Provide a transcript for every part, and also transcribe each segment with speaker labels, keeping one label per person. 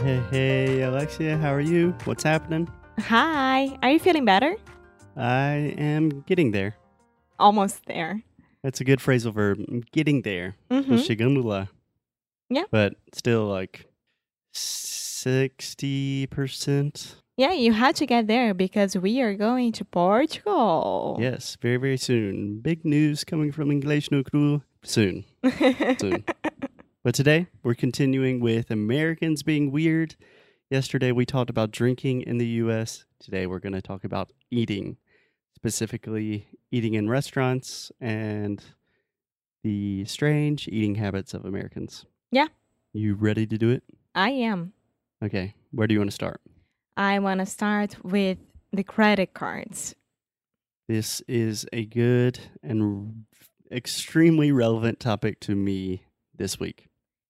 Speaker 1: Hey, hey, Alexia, how are you? What's happening?
Speaker 2: Hi, are you feeling better?
Speaker 1: I am getting there.
Speaker 2: Almost there.
Speaker 1: That's a good phrasal verb. I'm getting there.
Speaker 2: Mhm.
Speaker 1: Tô chegando lá.
Speaker 2: Yeah.
Speaker 1: But still like 60%.
Speaker 2: Yeah, you had to get there because we are going to Portugal.
Speaker 1: Yes, very, very soon. Big news coming from Inglês no Cru soon. Soon. but today, we're continuing with Americans being weird. Yesterday, we talked about drinking in the US. Today, we're going to talk about eating, specifically eating in restaurants and the strange eating habits of Americans.
Speaker 2: Yeah.
Speaker 1: You ready to do it?
Speaker 2: I am.
Speaker 1: Okay. Where do you want to start?
Speaker 2: I want to start with the credit cards.
Speaker 1: This is a good and r- extremely relevant topic to me this week.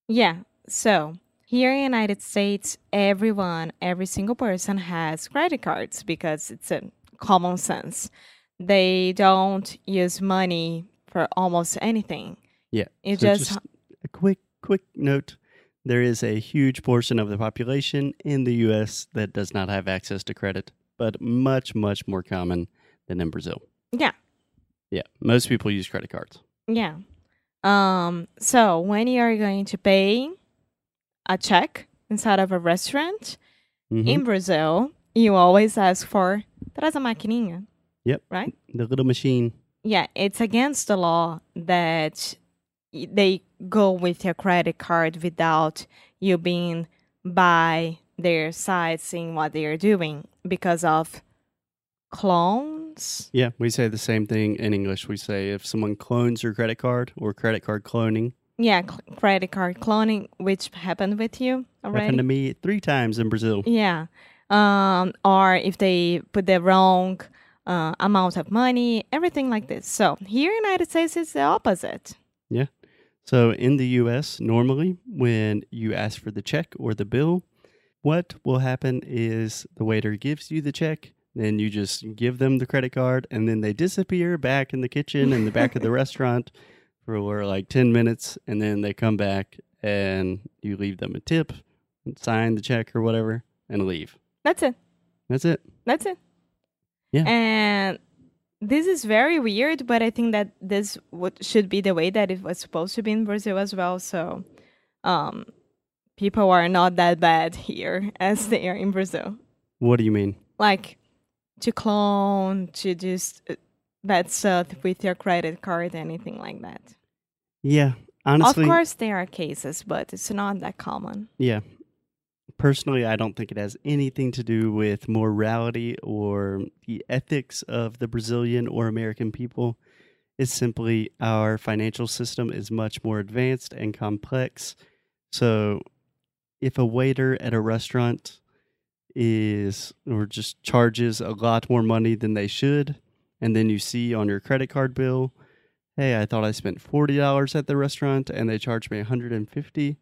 Speaker 2: Yeah, so here in United States, everyone, every single person has credit cards because it's a common sense. They don't use money for almost anything.
Speaker 1: Yeah.
Speaker 2: It
Speaker 1: So
Speaker 2: just
Speaker 1: a quick, quick note. There is a huge portion of the population in the US that does not have access to credit, but much, much more common than in Brazil.
Speaker 2: Yeah.
Speaker 1: Yeah. Most people use credit cards.
Speaker 2: Yeah. Um, so when you are going to pay a check inside of a restaurant
Speaker 1: Mhm.
Speaker 2: in Brazil, you always ask for traz a maquininha.
Speaker 1: Yep.
Speaker 2: Right?
Speaker 1: The little machine.
Speaker 2: Yeah, it's against the law that y- they go with your credit card without you being by their side seeing what they are doing because of clones.
Speaker 1: Yeah. We say the same thing in English. We say if someone clones your credit card or credit card cloning,
Speaker 2: Yeah, cl- credit card cloning, which happened with you already.
Speaker 1: happened to me three times in Brazil.
Speaker 2: Yeah. Um, or if they put the wrong uh, amount of money, everything like this. So here in United States, it's the opposite.
Speaker 1: So, in the US, normally when you ask for the check or the bill, what will happen is the waiter gives you the check, then you just give them the credit card, and then they disappear back in the kitchen in the back of the restaurant for like 10 minutes, and then they come back and you leave them a tip, sign the check or whatever, and leave.
Speaker 2: That's it.
Speaker 1: That's it.
Speaker 2: That's it.
Speaker 1: Yeah.
Speaker 2: And this is very weird, but I think that this would, should be the way that it was supposed to be in Brazil as well. So um, people are not that bad here as they are in Brazil.
Speaker 1: What do you mean?
Speaker 2: Like to clone, to just uh, bad stuff with your credit card, anything like that.
Speaker 1: Yeah, honestly.
Speaker 2: of course, there are cases, but it's not that common.
Speaker 1: Yeah. Personally, I don't think it has anything to do with morality or the ethics of the Brazilian or American people. It's simply our financial system is much more advanced and complex. So, if a waiter at a restaurant is or just charges a lot more money than they should, and then you see on your credit card bill, hey, I thought I spent $40 at the restaurant and they charged me 150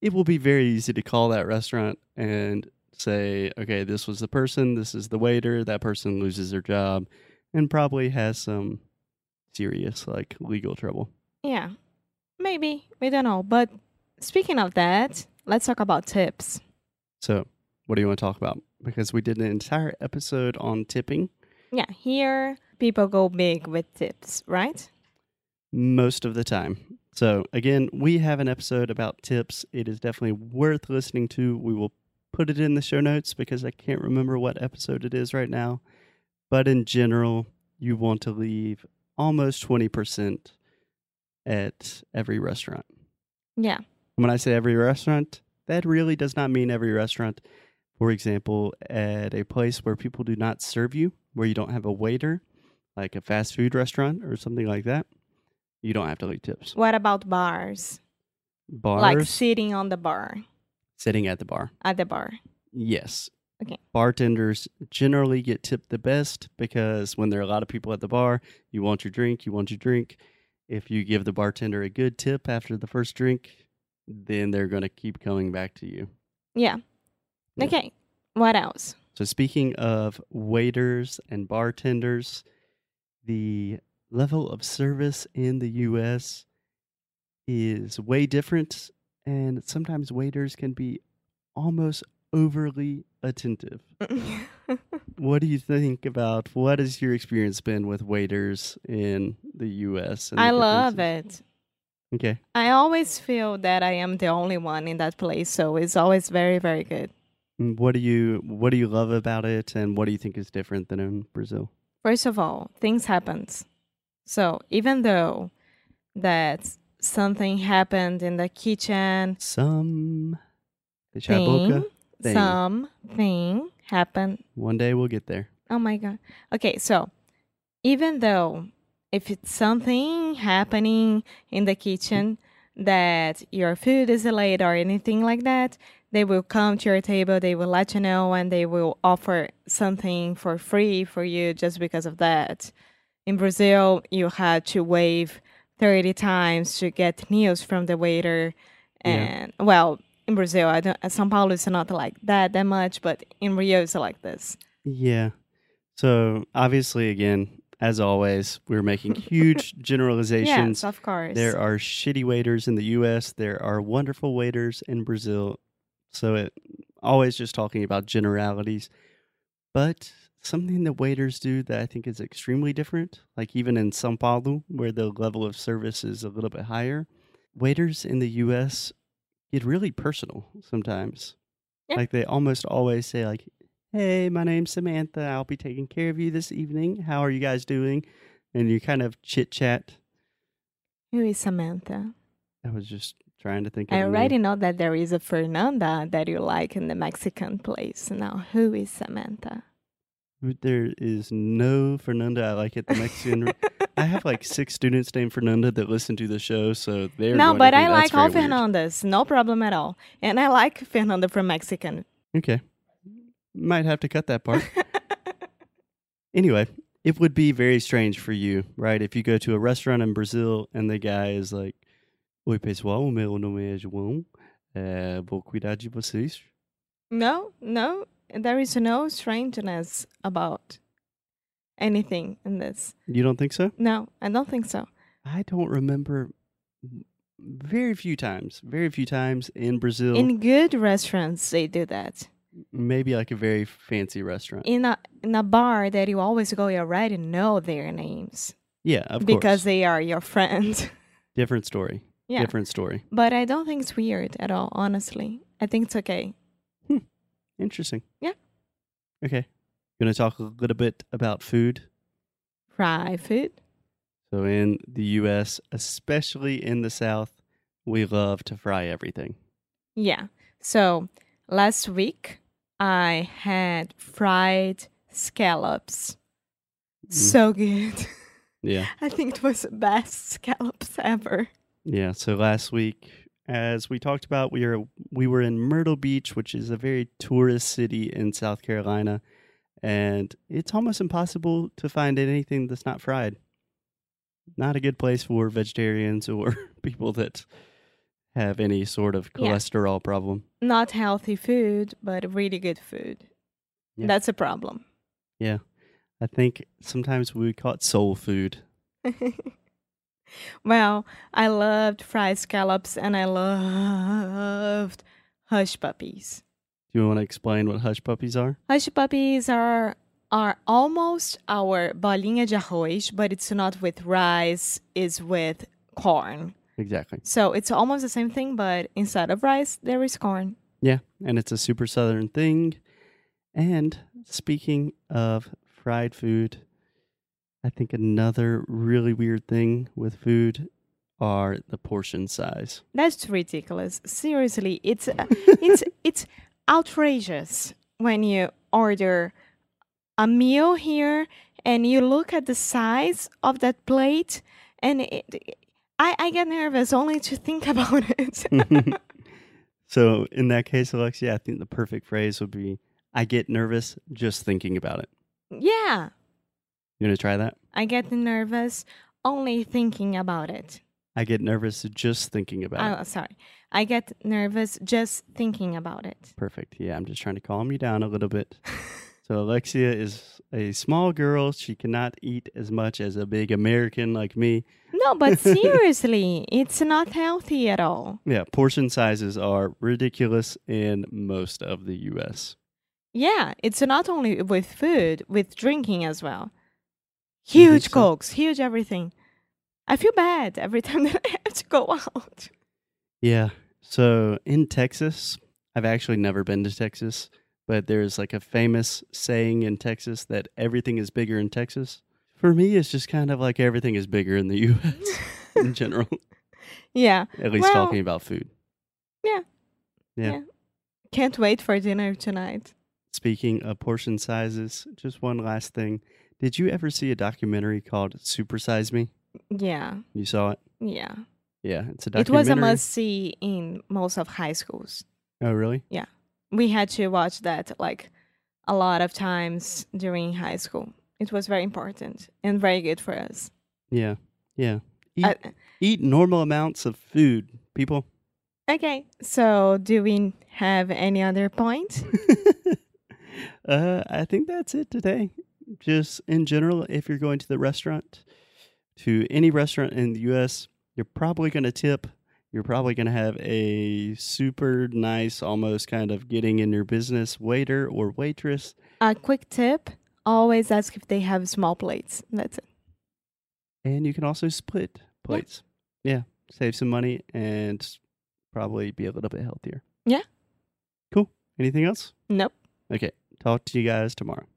Speaker 1: it will be very easy to call that restaurant and say, okay, this was the person, this is the waiter, that person loses their job and probably has some serious like legal trouble.
Speaker 2: Yeah, maybe. We don't know. But speaking of that, let's talk about tips.
Speaker 1: So, what do you want to talk about? Because we did an entire episode on tipping.
Speaker 2: Yeah, here people go big with tips, right?
Speaker 1: most of the time. So, again, we have an episode about tips. It is definitely worth listening to. We will put it in the show notes because I can't remember what episode it is right now. But in general, you want to leave almost 20% at every restaurant.
Speaker 2: Yeah.
Speaker 1: When I say every restaurant, that really does not mean every restaurant. For example, at a place where people do not serve you, where you don't have a waiter, like a fast food restaurant or something like that, you don't have to leave tips.
Speaker 2: What about bars?
Speaker 1: Bars,
Speaker 2: Like sitting on the bar.
Speaker 1: sitting at the bar.
Speaker 2: at the bar.
Speaker 1: Yes.
Speaker 2: Okay.
Speaker 1: Bartenders generally get tipped the best because when there are a lot of people at the bar, you want your drink, you want your drink. If you give the bartender a good tip after the first drink, then they're going to keep coming back to you.
Speaker 2: Yeah.
Speaker 1: Yeah.
Speaker 2: Okay. What else?
Speaker 1: So, speaking of waiters and bartenders, the level of service in the US is way different, and sometimes waiters can be almost overly attentive. What do you think about what has your experience been with waiters in the US? and the
Speaker 2: I love
Speaker 1: differences?
Speaker 2: it.
Speaker 1: Okay.
Speaker 2: I always feel that I am the only one in that place, so it's always very, very good.
Speaker 1: And What do you what do you love about it and what do you think is different than in Brazil?
Speaker 2: First of all, things happens. So even though that something happened in the kitchen,
Speaker 1: Some Deixa a boca.
Speaker 2: thing,
Speaker 1: thing.
Speaker 2: something happened.
Speaker 1: One day we'll get there.
Speaker 2: Oh my god. Okay, so even though if it's something happening in the kitchen that your food is late or anything like that, they will come to your table, they will let you know, and they will offer something for free for you just because of that. In Brazil, you had to wave 30 times to get meals from the waiter.
Speaker 1: Yeah.
Speaker 2: And well, in Brazil, I don't, São Paulo is not like that that much, but in Rio, it's like this.
Speaker 1: Yeah. So obviously, again, as always, we're making huge generalizations.
Speaker 2: Yes, of course.
Speaker 1: there are shitty waiters in the U.S. There are wonderful waiters in Brazil. So it always just talking about generalities, but something that waiters do that I think is extremely different. Like even in São Paulo, where the level of service is a little bit higher, waiters in the U.S. get really personal sometimes.
Speaker 2: Yeah.
Speaker 1: Like they almost always say like, "Hey, my name's Samantha. I'll be taking care of you this evening. How are you guys doing?" And you kind of chit chat
Speaker 2: Who is Samantha?
Speaker 1: I was just trying to think. Of a
Speaker 2: I
Speaker 1: name.
Speaker 2: already know that there is a Fernanda that you like in the Mexican place. Now, who is Samantha?
Speaker 1: There is no Fernanda I like at the Mexican. I have like six students named Fernanda that listen to the show, so they're going
Speaker 2: no,
Speaker 1: to think
Speaker 2: but I
Speaker 1: that's
Speaker 2: like all
Speaker 1: very weird.
Speaker 2: Fernandas. No problem at all. And I like Fernanda from Mexican.
Speaker 1: Okay, might have to cut that part. anyway, it would be very strange for you, right? If you go to a restaurant in Brazil and the guy is like, "Oi pessoal, meu nome é João. Eh, vou cuidar de vocês."
Speaker 2: no, no, there is no strangeness about anything in this.
Speaker 1: You don't think so?
Speaker 2: No, I don't think so.
Speaker 1: I don't remember. Very few times, very few times in Brazil.
Speaker 2: In good restaurants, they do that.
Speaker 1: maybe like a very fancy restaurant.
Speaker 2: In a in a bar that you always go, you already know their names.
Speaker 1: yeah, of
Speaker 2: because
Speaker 1: course.
Speaker 2: they are your friend.
Speaker 1: different story.
Speaker 2: yeah.
Speaker 1: Different story.
Speaker 2: But I don't think it's weird at all, honestly. I think it's okay.
Speaker 1: Interesting.
Speaker 2: Yeah.
Speaker 1: Okay. Going to talk a little bit about food.
Speaker 2: Fry food.
Speaker 1: So in the U.S., especially in the South, we love to fry everything.
Speaker 2: Yeah. So last week I had fried scallops.
Speaker 1: Mm.
Speaker 2: So good.
Speaker 1: Yeah.
Speaker 2: I think it was the best scallops ever.
Speaker 1: Yeah. So last week, as we talked about, we were we were in Myrtle Beach, which is a very tourist city in South Carolina, and it's almost impossible to find anything that's not fried. Not a good place for vegetarians or people that have any sort of
Speaker 2: Yeah.
Speaker 1: cholesterol problem.
Speaker 2: Not healthy food, but really good food.
Speaker 1: Yeah.
Speaker 2: That's a problem.
Speaker 1: I think sometimes we would call it soul food.
Speaker 2: well, I loved fried scallops and I loved hush puppies.
Speaker 1: Do you want to explain what hush puppies are?
Speaker 2: Hush puppies are are almost our bolinha de arroz, but it's not with rice, it's with corn.
Speaker 1: Exactly.
Speaker 2: So it's almost the same thing, but instead of rice, there is corn.
Speaker 1: Yeah, and it's a super southern thing. And speaking of fried food, I think another really weird thing with food are the portion size.
Speaker 2: That's ridiculous. Seriously, it's it's it's outrageous when you order a meal here and you look at the size of that plate
Speaker 1: Mm.
Speaker 2: and it, I, I get nervous only to think about it.
Speaker 1: So in that case, Alexia, I think the perfect phrase would be I get nervous just thinking about it.
Speaker 2: Yeah,
Speaker 1: You gonna try that?
Speaker 2: I get nervous only thinking about it.
Speaker 1: I get nervous just thinking about it.
Speaker 2: Oh, sorry. I get nervous just thinking about it.
Speaker 1: Perfect. Yeah, I'm just trying to calm you down a little bit. so Alexia is a small girl. She cannot eat as much as a big American like me.
Speaker 2: No, but seriously, it's not healthy at all.
Speaker 1: Yeah, portion sizes are ridiculous in most of the US.
Speaker 2: Yeah, it's not only with food, with drinking as well. Huge
Speaker 1: so?
Speaker 2: cokes, huge everything. I feel bad every time that I have to go out.
Speaker 1: Yeah. So in Texas, I've actually never been to Texas, but there's like a famous saying in Texas that everything is bigger in Texas. For me, it's just kind of like everything is bigger in the US in general,
Speaker 2: Yeah,
Speaker 1: at least
Speaker 2: Well-
Speaker 1: talking about food.
Speaker 2: can't wait for dinner tonight.
Speaker 1: Speaking of portion sizes, just one last thing. Did you ever see a documentary called Supersize Me?
Speaker 2: Yeah,
Speaker 1: You saw it?
Speaker 2: yeah.
Speaker 1: Yeah, it's a
Speaker 2: It
Speaker 1: documentary.
Speaker 2: was a must see in most of high schools.
Speaker 1: Oh, really?
Speaker 2: We had to watch that like a lot of times during high school. It was very important and very good for us.
Speaker 1: Yeah. Yeah. Eat,
Speaker 2: I-
Speaker 1: eat normal amounts of food, people.
Speaker 2: Uh, okay, so do we have any other point?
Speaker 1: uh, I think that's it today. Just in general, if you're going to the restaurant, to any restaurant in the U.S., you're probably going to tip. You're probably going to have a super nice, almost kind of getting in your business waiter or waitress.
Speaker 2: A quick tip always ask if they have small plates. That's it.
Speaker 1: And you can also split plates. Yeah. Save some money and probably be a little bit healthier.
Speaker 2: Yeah.
Speaker 1: Cool. Anything else?
Speaker 2: Nope.
Speaker 1: Okay. Talk to you guys tomorrow.